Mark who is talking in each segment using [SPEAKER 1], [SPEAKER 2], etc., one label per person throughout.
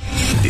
[SPEAKER 1] The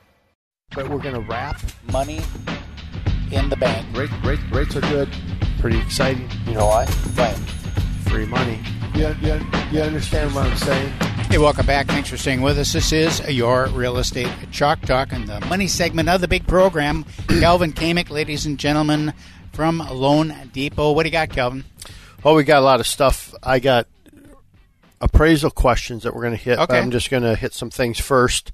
[SPEAKER 2] but we're going to wrap money in the bank. Rate, rate, rates are good. Pretty exciting. You know why? Right. Free money. You, you, you understand what I'm saying?
[SPEAKER 3] Hey, welcome back. Thanks for staying with us. This is your Real Estate Chalk Talk and the money segment of the big program. Calvin Kamick, ladies and gentlemen, from Loan Depot. What do you got, Calvin?
[SPEAKER 2] Well, Oh, we got a lot of stuff. I got appraisal questions that we're going to hit.
[SPEAKER 3] Okay.
[SPEAKER 2] I'm just going to hit some things first.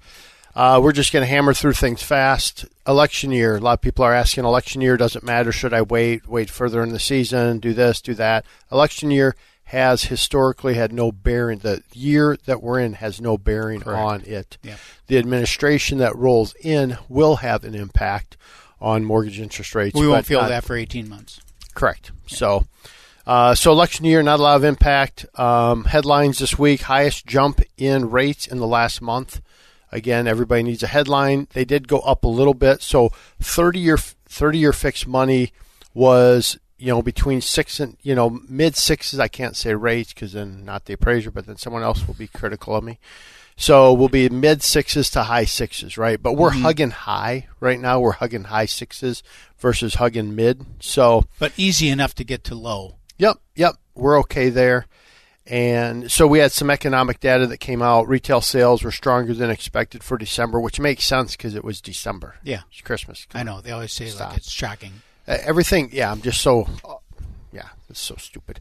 [SPEAKER 2] Uh, we're just going to hammer through things fast. Election year. A lot of people are asking, election year doesn't matter. Should I wait? Wait further in the season? Do this? Do that? Election year has historically had no bearing. The year that we're in has no bearing on it.
[SPEAKER 3] Yeah.
[SPEAKER 2] The administration that rolls in will have an impact on mortgage interest rates.
[SPEAKER 3] We won't
[SPEAKER 2] but
[SPEAKER 3] feel
[SPEAKER 2] not-
[SPEAKER 3] that for 18 months.
[SPEAKER 2] Correct. So, uh, so election year, not a lot of impact. Um, headlines this week: highest jump in rates in the last month. Again, everybody needs a headline. They did go up a little bit. So, thirty-year, thirty-year fixed money was you know between six and you know mid sixes. I can't say rates because then not the appraiser, but then someone else will be critical of me. So we'll be mid sixes to high sixes, right? But we're hugging high right now. We're hugging high sixes versus hugging mid. So
[SPEAKER 3] But easy enough to get to low.
[SPEAKER 2] Yep, yep, we're okay there. And so we had some economic data that came out. Retail sales were stronger than expected for December, which makes sense because it was December.
[SPEAKER 3] Yeah.
[SPEAKER 2] it's Christmas.
[SPEAKER 3] I know. They always say
[SPEAKER 2] Stop.
[SPEAKER 3] like it's shocking.
[SPEAKER 2] Uh, Everything. Yeah, I'm just so. Yeah, it's so stupid.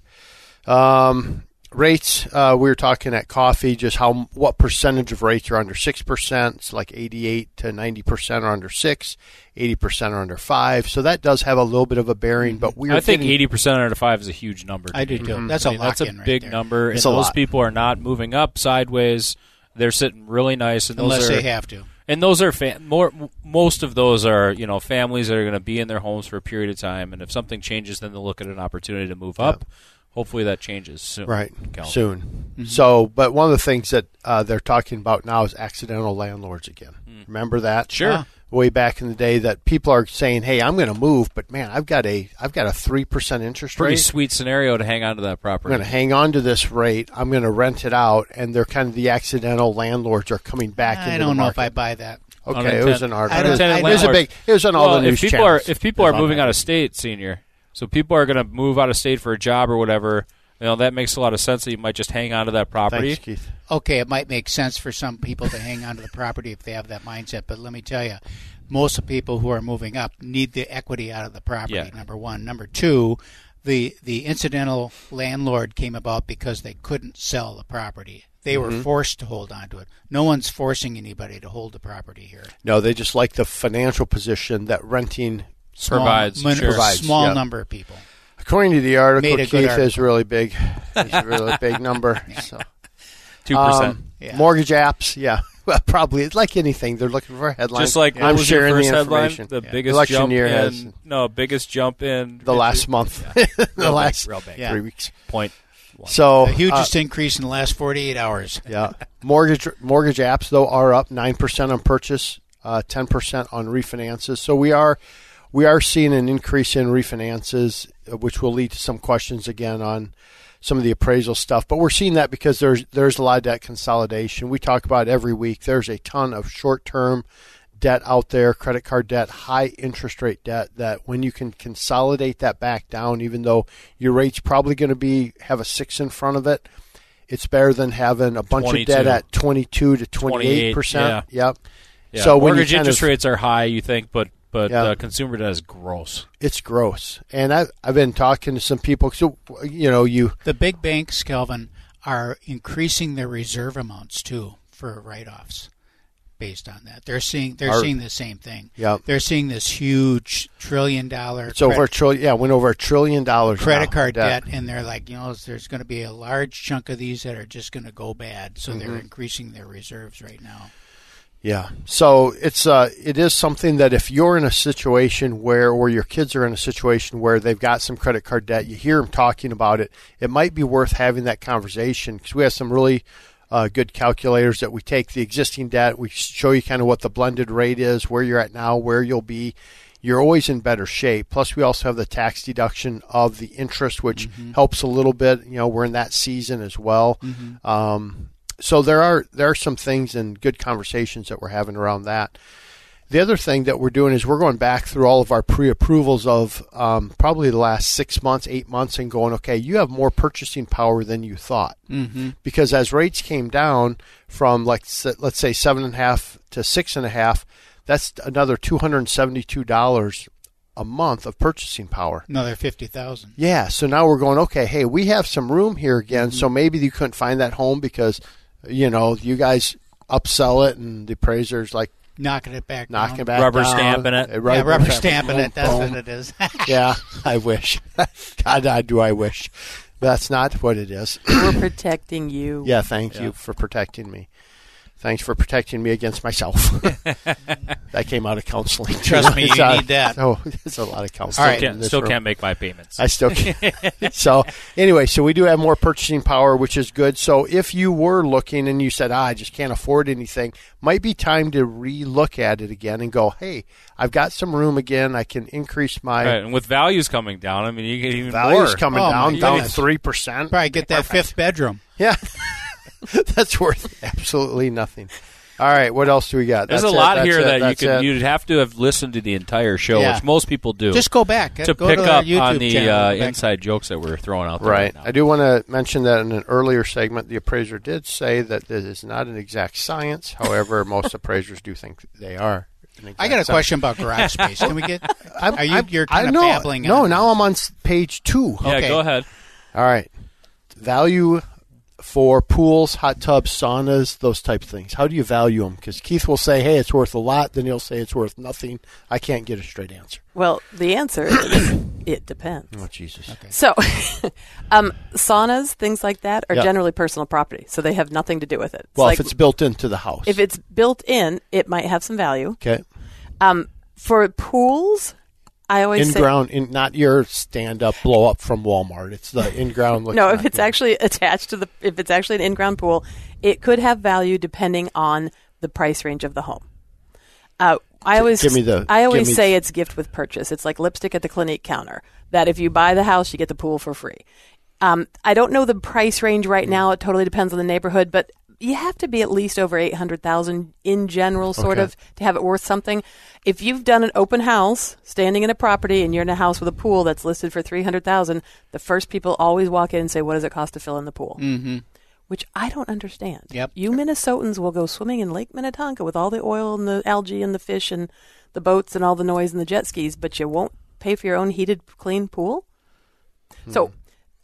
[SPEAKER 2] Um, rates. Uh, we were talking at coffee just how what percentage of rates are under six percent. It's like eighty-eight to ninety percent are under six. Eighty percent are under five. So that does have a little bit of a bearing. But we
[SPEAKER 4] I think
[SPEAKER 2] getting-
[SPEAKER 4] eighty percent out of five is a huge number.
[SPEAKER 3] I do too. That's
[SPEAKER 4] Hmm. I
[SPEAKER 3] a
[SPEAKER 4] mean,
[SPEAKER 3] lock
[SPEAKER 4] that's a
[SPEAKER 3] in right
[SPEAKER 4] big
[SPEAKER 3] there.
[SPEAKER 4] number,
[SPEAKER 2] It's
[SPEAKER 4] and
[SPEAKER 2] a
[SPEAKER 4] those
[SPEAKER 2] lot.
[SPEAKER 4] people are not moving up sideways. They're sitting really nice, and those
[SPEAKER 3] Unless
[SPEAKER 4] are,
[SPEAKER 3] they have to.
[SPEAKER 4] And those are fa- more. m- Most of those are you know families that are going to be in their homes for a period of time, and if something changes, then they'll look at an opportunity to move up. Hopefully, that changes soon.
[SPEAKER 2] Right.
[SPEAKER 4] Calvin.
[SPEAKER 2] Soon.
[SPEAKER 4] Mm-hmm.
[SPEAKER 2] So, but one of the things that uh, they're talking about now is accidental landlords again. Remember that?
[SPEAKER 4] Mm.
[SPEAKER 2] Uh,
[SPEAKER 4] Sure. Ah.
[SPEAKER 2] Way back in the day, that people are saying, "Hey, I'm going to move, but man, I've got a I've got a three percent interest
[SPEAKER 4] Pretty
[SPEAKER 2] rate.
[SPEAKER 4] sweet scenario to hang on to that
[SPEAKER 2] I'm going to
[SPEAKER 4] property.
[SPEAKER 2] hang on to this rate. I'm going to rent it out." And they're kind of the accidental landlords are coming back.
[SPEAKER 3] I
[SPEAKER 2] into
[SPEAKER 3] don't
[SPEAKER 2] the
[SPEAKER 3] know if I
[SPEAKER 2] market.
[SPEAKER 3] buy that.
[SPEAKER 2] Okay, it was an article.
[SPEAKER 3] don't-
[SPEAKER 2] It was,
[SPEAKER 3] I
[SPEAKER 4] Unintended
[SPEAKER 3] don't-
[SPEAKER 2] it was a
[SPEAKER 4] landlords.
[SPEAKER 2] big. It was on all
[SPEAKER 4] Well,
[SPEAKER 2] the news
[SPEAKER 4] if people
[SPEAKER 2] channels.
[SPEAKER 4] are if people are
[SPEAKER 2] About
[SPEAKER 4] moving
[SPEAKER 2] that.
[SPEAKER 4] out of state, senior, so people are going to move out of state for a job or whatever. You know that makes a lot of sense that you might just hang on to that property.
[SPEAKER 2] Thanks, Keith.
[SPEAKER 3] okay, it might make sense for some people to hang onto the property if they have that mindset. But let me tell you, most of the people who are moving up need the equity out of the property.
[SPEAKER 4] Yeah.
[SPEAKER 3] Number one, number two, the the incidental landlord came about because they couldn't sell the property. They
[SPEAKER 4] Mm-hmm.
[SPEAKER 3] were forced to hold on to it. No one's forcing anybody to hold the property here.
[SPEAKER 2] No, they just like the financial position that renting
[SPEAKER 3] Small,
[SPEAKER 4] Provides,
[SPEAKER 3] min-
[SPEAKER 4] sure.
[SPEAKER 2] Provides,
[SPEAKER 3] small
[SPEAKER 2] yeah.
[SPEAKER 3] number of people.
[SPEAKER 2] According to the article,
[SPEAKER 3] Made a
[SPEAKER 2] Keith
[SPEAKER 3] good
[SPEAKER 2] is really big. It's a really big number. So,
[SPEAKER 4] Two percent.
[SPEAKER 2] um,
[SPEAKER 3] Yeah.
[SPEAKER 2] mortgage apps, yeah, well, probably it's like anything. They're looking for headlines.
[SPEAKER 4] Just like what
[SPEAKER 2] I'm
[SPEAKER 4] was
[SPEAKER 2] sharing
[SPEAKER 4] your first
[SPEAKER 2] the
[SPEAKER 4] headline?
[SPEAKER 2] information.
[SPEAKER 4] The
[SPEAKER 2] Yeah.
[SPEAKER 4] biggest
[SPEAKER 2] election
[SPEAKER 4] jump
[SPEAKER 2] year
[SPEAKER 4] in,
[SPEAKER 2] has
[SPEAKER 4] no biggest jump in
[SPEAKER 2] the last month, the
[SPEAKER 4] big,
[SPEAKER 2] last
[SPEAKER 4] real big.
[SPEAKER 2] three
[SPEAKER 3] Yeah.
[SPEAKER 2] weeks.
[SPEAKER 4] point.
[SPEAKER 2] So
[SPEAKER 3] The
[SPEAKER 2] uh,
[SPEAKER 3] hugest increase in the last 48 hours.
[SPEAKER 2] yeah, mortgage mortgage apps though are up nine percent on purchase, uh, ten percent on refinances. So we are we are seeing an increase in refinances, uh, which will lead to some questions again on some of the appraisal stuff. But we're seeing that because there's there's a lot of debt consolidation. We talk about it every week. There's a ton of short term debt out there, credit card debt, high interest rate debt that when you can consolidate that back down, even though your rate's probably going to be have a six in front of it, it's better than having a bunch of
[SPEAKER 4] 22.
[SPEAKER 2] debt at 22 to 28
[SPEAKER 4] 28,
[SPEAKER 2] percent. Yep. So when you
[SPEAKER 4] mortgage
[SPEAKER 2] kind
[SPEAKER 4] interest
[SPEAKER 2] of-
[SPEAKER 4] rates are high, you think, but but
[SPEAKER 2] Yeah.
[SPEAKER 4] uh, consumer debt is gross.
[SPEAKER 2] it's gross. And I I've been talking to some people so you know, you
[SPEAKER 3] The big banks, Kelvin, are increasing their reserve amounts too for write-offs based on that. They're seeing they're
[SPEAKER 2] Are-
[SPEAKER 3] seeing the same thing.
[SPEAKER 2] Yep.
[SPEAKER 3] They're seeing this huge trillion dollar
[SPEAKER 2] it's over a
[SPEAKER 3] credit,
[SPEAKER 2] trillion yeah, went over a trillion dollars
[SPEAKER 3] credit
[SPEAKER 2] now,
[SPEAKER 3] card debt and they're like, you know, there's going to be a
[SPEAKER 2] Mm-hmm.
[SPEAKER 3] large chunk of these that are just going to go bad, so they're increasing their reserves right now.
[SPEAKER 2] Yeah. So it's uh it is something that if you're in a situation where or your kids are in a situation where they've got some credit card debt, you hear them talking about it, it might be worth having that conversation because we have some really uh, good calculators that we take the existing debt, we show you kind of what the blended rate is, where you're at now, where you'll be. You're always in better shape. Plus, we also have the tax deduction of the interest, which helps a little bit. You know, we're in that season as well. Um, so there are there are some things and good conversations that we're having around that. The other thing that we're doing is we're going back through all of our pre-approvals of um, probably the last six months, eight months, and going, okay, you have more purchasing power than you thought, mm-hmm. because as rates came down from like s- let's say seven and a half to six and a half, that's another two hundred and seventy-two dollars a month of purchasing power.
[SPEAKER 3] Another fifty thousand.
[SPEAKER 2] Yeah, so now we're going, okay, hey, we have some room here again,
[SPEAKER 3] Mm-hmm.
[SPEAKER 2] so maybe you couldn't find that home because, you know, you guys upsell it and the appraiser's like
[SPEAKER 3] Knocking it back.
[SPEAKER 2] knocking
[SPEAKER 3] down.
[SPEAKER 2] back
[SPEAKER 4] Rubber
[SPEAKER 2] down.
[SPEAKER 4] stamping it.
[SPEAKER 2] Uh, right-
[SPEAKER 3] yeah, rubber stamping it. That's
[SPEAKER 2] Boom.
[SPEAKER 3] what it is.
[SPEAKER 2] Yeah, I wish. God, I do I wish. That's not what it is.
[SPEAKER 5] We're protecting you.
[SPEAKER 2] yeah, thank you for protecting me. Thanks for protecting me against myself. that came out of counseling. too.
[SPEAKER 3] Trust me, you
[SPEAKER 2] It's, uh,
[SPEAKER 3] need that.
[SPEAKER 2] So it's a lot of counseling.
[SPEAKER 3] All right.
[SPEAKER 2] in
[SPEAKER 4] Can't-
[SPEAKER 2] this
[SPEAKER 4] still
[SPEAKER 2] room.
[SPEAKER 4] can't make my payments.
[SPEAKER 2] I still can. so anyway, so we do have more purchasing power, which is good. So if you were looking and you said, ah, "I just can't afford anything," might be time to re-look at it again and go, "Hey, I've got some room again. I can increase my
[SPEAKER 4] Right, and with values coming down, I mean, you get even
[SPEAKER 2] values
[SPEAKER 4] more.
[SPEAKER 2] coming
[SPEAKER 3] Oh,
[SPEAKER 2] down,
[SPEAKER 3] my
[SPEAKER 2] down
[SPEAKER 3] goodness.
[SPEAKER 2] three percent.
[SPEAKER 3] Probably get that fifth bedroom.
[SPEAKER 2] Yeah, that's worth absolutely nothing. All right, what else do we got?
[SPEAKER 4] There's
[SPEAKER 2] That's
[SPEAKER 4] a
[SPEAKER 2] it,
[SPEAKER 4] lot
[SPEAKER 2] that's
[SPEAKER 4] here
[SPEAKER 2] it,
[SPEAKER 4] that you
[SPEAKER 2] that's
[SPEAKER 4] could
[SPEAKER 2] it.
[SPEAKER 4] you'd have to have listened to the entire show,
[SPEAKER 3] Yeah.
[SPEAKER 4] which most people do,
[SPEAKER 3] Just go back.
[SPEAKER 4] to
[SPEAKER 3] go
[SPEAKER 4] pick
[SPEAKER 3] to our
[SPEAKER 4] up
[SPEAKER 3] YouTube
[SPEAKER 4] on the
[SPEAKER 3] channel.
[SPEAKER 4] uh,
[SPEAKER 3] Go back.
[SPEAKER 4] inside jokes that we're throwing out there.
[SPEAKER 2] Right.
[SPEAKER 4] Right. now.
[SPEAKER 2] I do want to mention that in an earlier segment, the appraiser did say that this is not an exact science. However, most appraisers do think they are. an
[SPEAKER 3] I got a
[SPEAKER 2] exact science.
[SPEAKER 3] question about garage space. Can we get?
[SPEAKER 2] I'm,
[SPEAKER 3] are you?
[SPEAKER 2] I'm-
[SPEAKER 3] you're
[SPEAKER 2] I
[SPEAKER 3] kind of
[SPEAKER 2] know-
[SPEAKER 3] babbling.
[SPEAKER 2] No,
[SPEAKER 3] on.
[SPEAKER 2] now I'm on s- page two.
[SPEAKER 4] Yeah,
[SPEAKER 3] Okay.
[SPEAKER 4] go ahead.
[SPEAKER 2] All right. Value for pools, hot tubs, saunas, those type of things. How do you value them? Because Keith will say, hey, it's worth a lot. Then he'll say it's worth nothing. I can't get a straight answer.
[SPEAKER 5] Well, the answer is it depends.
[SPEAKER 2] Oh, Jesus.
[SPEAKER 5] So, um, saunas, things like that, are
[SPEAKER 2] Yeah.
[SPEAKER 5] generally personal property, so they have nothing to do with it. It's
[SPEAKER 2] Well,
[SPEAKER 5] like
[SPEAKER 2] if it's built into the house.
[SPEAKER 5] if it's built in, it might have some value.
[SPEAKER 2] okay.
[SPEAKER 5] Um, for pools, I always
[SPEAKER 2] In
[SPEAKER 5] say
[SPEAKER 2] ground, in, not your stand up blow up from Walmart. It's the in ground.
[SPEAKER 5] no. If it's actually attached to the, if it's actually an in-ground pool, it could have value depending on the price range of the home. Uh, I always
[SPEAKER 2] give me the-
[SPEAKER 5] I
[SPEAKER 2] give
[SPEAKER 5] always
[SPEAKER 2] me-
[SPEAKER 5] say it's gift with purchase. It's like lipstick at the Clinique counter. That if you buy the house, you get the pool for free. Um, I don't know the price range right now. It totally depends on the neighborhood, but you have to be at least over eight hundred thousand in general, sort
[SPEAKER 2] Okay.
[SPEAKER 5] of, to have it worth something. If you've done an open house, standing in a property, and you're in a house with a pool that's listed for three hundred thousand, the first people always walk in and say, "What does it cost to fill in the pool?" Mm-hmm. Which I don't understand.
[SPEAKER 3] Yep.
[SPEAKER 5] You Minnesotans will go swimming in Lake Minnetonka with all the oil and the algae and the fish and the boats and all the noise and the jet skis, but you won't pay for your own heated, clean pool. So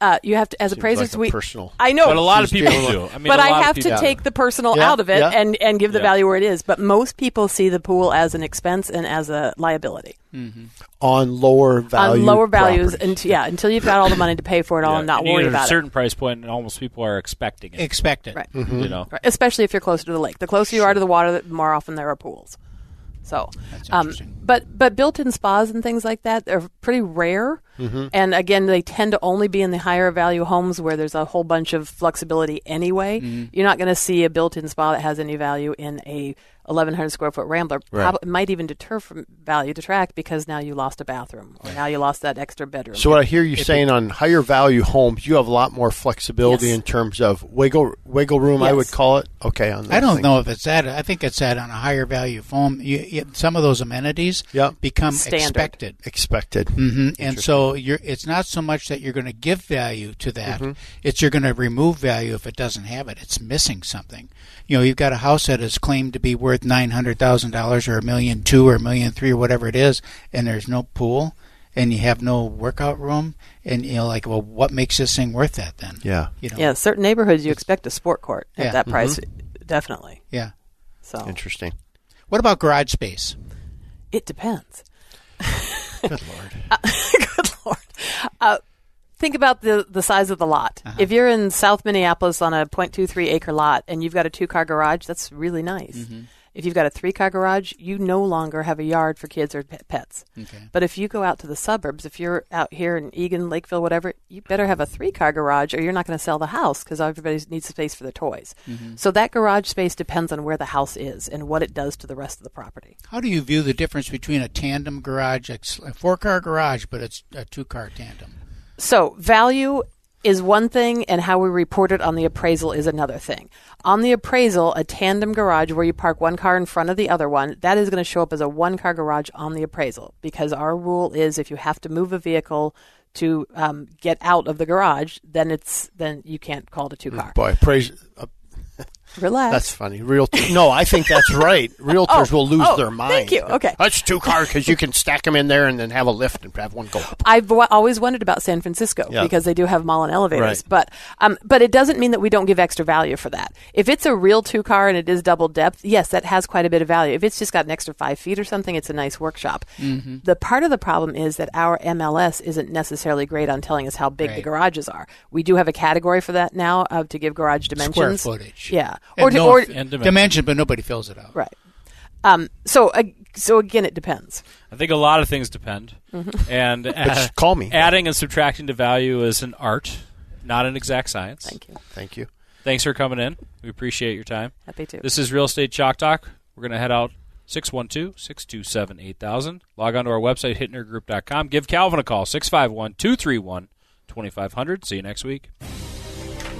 [SPEAKER 5] uh, you have to, as appraisers,
[SPEAKER 2] Hmm. like a
[SPEAKER 5] we
[SPEAKER 2] personal-
[SPEAKER 5] I know,
[SPEAKER 4] But a lot of people do. I mean,
[SPEAKER 5] but
[SPEAKER 4] a
[SPEAKER 5] I
[SPEAKER 4] lot of
[SPEAKER 5] have to
[SPEAKER 4] people-
[SPEAKER 5] take the personal
[SPEAKER 2] Yeah,
[SPEAKER 5] out of it
[SPEAKER 2] yeah.
[SPEAKER 5] and and give the
[SPEAKER 4] Yeah.
[SPEAKER 5] value where it is. But most people see the pool as an expense and as a liability
[SPEAKER 2] on lower value.
[SPEAKER 5] on lower values.
[SPEAKER 2] properties.
[SPEAKER 5] Until, yeah, until you've got all the money to pay for it all
[SPEAKER 4] Yeah,
[SPEAKER 5] and not
[SPEAKER 4] and you
[SPEAKER 5] worry
[SPEAKER 4] get At
[SPEAKER 5] about
[SPEAKER 4] a certain price point, and almost people are expecting it.
[SPEAKER 3] Expect it.
[SPEAKER 5] Right.
[SPEAKER 2] Hmm.
[SPEAKER 4] You know,
[SPEAKER 5] it, Right, especially if you're closer to the lake. The closer you are to the water, the more often there are pools. So,
[SPEAKER 3] That's
[SPEAKER 5] um,
[SPEAKER 3] interesting.
[SPEAKER 5] but but built-in spas and things like that are pretty rare,
[SPEAKER 3] Mm-hmm.
[SPEAKER 5] and again, they tend to only be in the higher value homes where there's a whole bunch of flexibility anyway.
[SPEAKER 3] Mm-hmm.
[SPEAKER 5] You're not going to see a built-in spa that has any value in a 1,100 square foot Rambler. Prob- it might even deter from value to track because now you lost a bathroom or now you lost that extra bedroom.
[SPEAKER 2] So what I hear you saying on higher value homes, you have a lot more flexibility
[SPEAKER 5] Yes.
[SPEAKER 2] in terms of wiggle wiggle room. I
[SPEAKER 5] Yes.
[SPEAKER 2] would call it. Okay, on that
[SPEAKER 3] I don't
[SPEAKER 2] thing.
[SPEAKER 3] know if it's that. I think it's that on a higher value form. You, you, some of those amenities
[SPEAKER 2] Yep.
[SPEAKER 3] become
[SPEAKER 5] Standard.
[SPEAKER 3] expected.
[SPEAKER 2] Expected.
[SPEAKER 3] hmm And so you're, it's not so much that you're going to give value to that; it's you're going to remove value if it doesn't have it. It's missing something. You know, you've got a house that is claimed to be worth nine hundred thousand dollars, or a million two, or a million three, or whatever it is, and there's no pool, and you have no workout room, and you know, like, well, what makes this thing worth that then?
[SPEAKER 2] Yeah.
[SPEAKER 3] you know,
[SPEAKER 5] yeah, certain neighborhoods you expect a sport court at
[SPEAKER 3] Yeah. Mm-hmm.
[SPEAKER 5] that price, definitely.
[SPEAKER 3] yeah.
[SPEAKER 5] So
[SPEAKER 2] Interesting.
[SPEAKER 3] What about garage space?
[SPEAKER 5] It depends.
[SPEAKER 2] Good lord.
[SPEAKER 5] Good lord. Uh, think about the the size of the lot.
[SPEAKER 2] Uh-huh.
[SPEAKER 5] If you're
[SPEAKER 2] Mm-hmm.
[SPEAKER 5] in South Minneapolis on a 0.23 acre lot and you've got a two car garage, that's really nice. If you've got a three car garage, you no longer have a yard for kids or pe- pets.
[SPEAKER 3] Okay.
[SPEAKER 5] But if you go out to the suburbs, if you're out here in Eagan, Lakeville, whatever, you better have a three car garage or you're not going to sell the house because everybody needs space for their toys.
[SPEAKER 2] Mm-hmm.
[SPEAKER 5] So that garage space depends on where the house is and what it does to the rest of the property.
[SPEAKER 3] How do you view the difference between a tandem garage, a s- a four car garage, but it's a two car tandem?
[SPEAKER 5] So value is one thing, and how we report it on the appraisal is another thing. On the appraisal, a tandem garage where you park one car in front of the other one, that is going to show up as a one car garage on the appraisal because our rule is if you have to move a vehicle to um, get out of the garage, then it's then you can't call it a two car.
[SPEAKER 2] Boy, praise. Uh,
[SPEAKER 5] Relax.
[SPEAKER 2] that's funny. Realtor. No, I think that's right. Realtors will lose
[SPEAKER 5] Uh, oh,
[SPEAKER 2] their
[SPEAKER 5] thank
[SPEAKER 2] mind.
[SPEAKER 5] you. Okay.
[SPEAKER 2] That's two car because you can stack them in there and then have a lift and have one go up.
[SPEAKER 5] I've w- always wondered about San Francisco
[SPEAKER 2] Yeah.
[SPEAKER 5] because they do have mall and elevators,
[SPEAKER 2] Right.
[SPEAKER 5] but um, but it doesn't mean that we don't give extra value for that. If it's a real two car and it is double depth, yes, that has quite a bit of value. If it's just got an extra five feet or something, it's a nice workshop.
[SPEAKER 3] Mm-hmm.
[SPEAKER 5] The part of the problem is that our MLS isn't necessarily great on telling us how big the
[SPEAKER 3] Right.
[SPEAKER 5] garages are. We do have a category for that now uh, to give garage dimensions,
[SPEAKER 3] Square footage.
[SPEAKER 5] yeah,
[SPEAKER 3] And
[SPEAKER 5] or to,
[SPEAKER 3] no-
[SPEAKER 5] or
[SPEAKER 4] And dimension.
[SPEAKER 3] dimension, but nobody fills it out.
[SPEAKER 5] right. Um, so uh, so again, it depends.
[SPEAKER 4] I think a lot of things depend,
[SPEAKER 5] Mm-hmm.
[SPEAKER 4] and uh,
[SPEAKER 2] just call me.
[SPEAKER 4] Adding and subtracting to value is an art, not an exact science.
[SPEAKER 5] Thank you.
[SPEAKER 2] Thank you.
[SPEAKER 4] Thanks for coming in. We appreciate your time.
[SPEAKER 5] Happy to.
[SPEAKER 4] This is Real Estate Chalk Talk. We're going to head out 612 627 8000. Log on to our website, hitnergroup.com. Give Calvin a call, 651 231 2500. See you next week.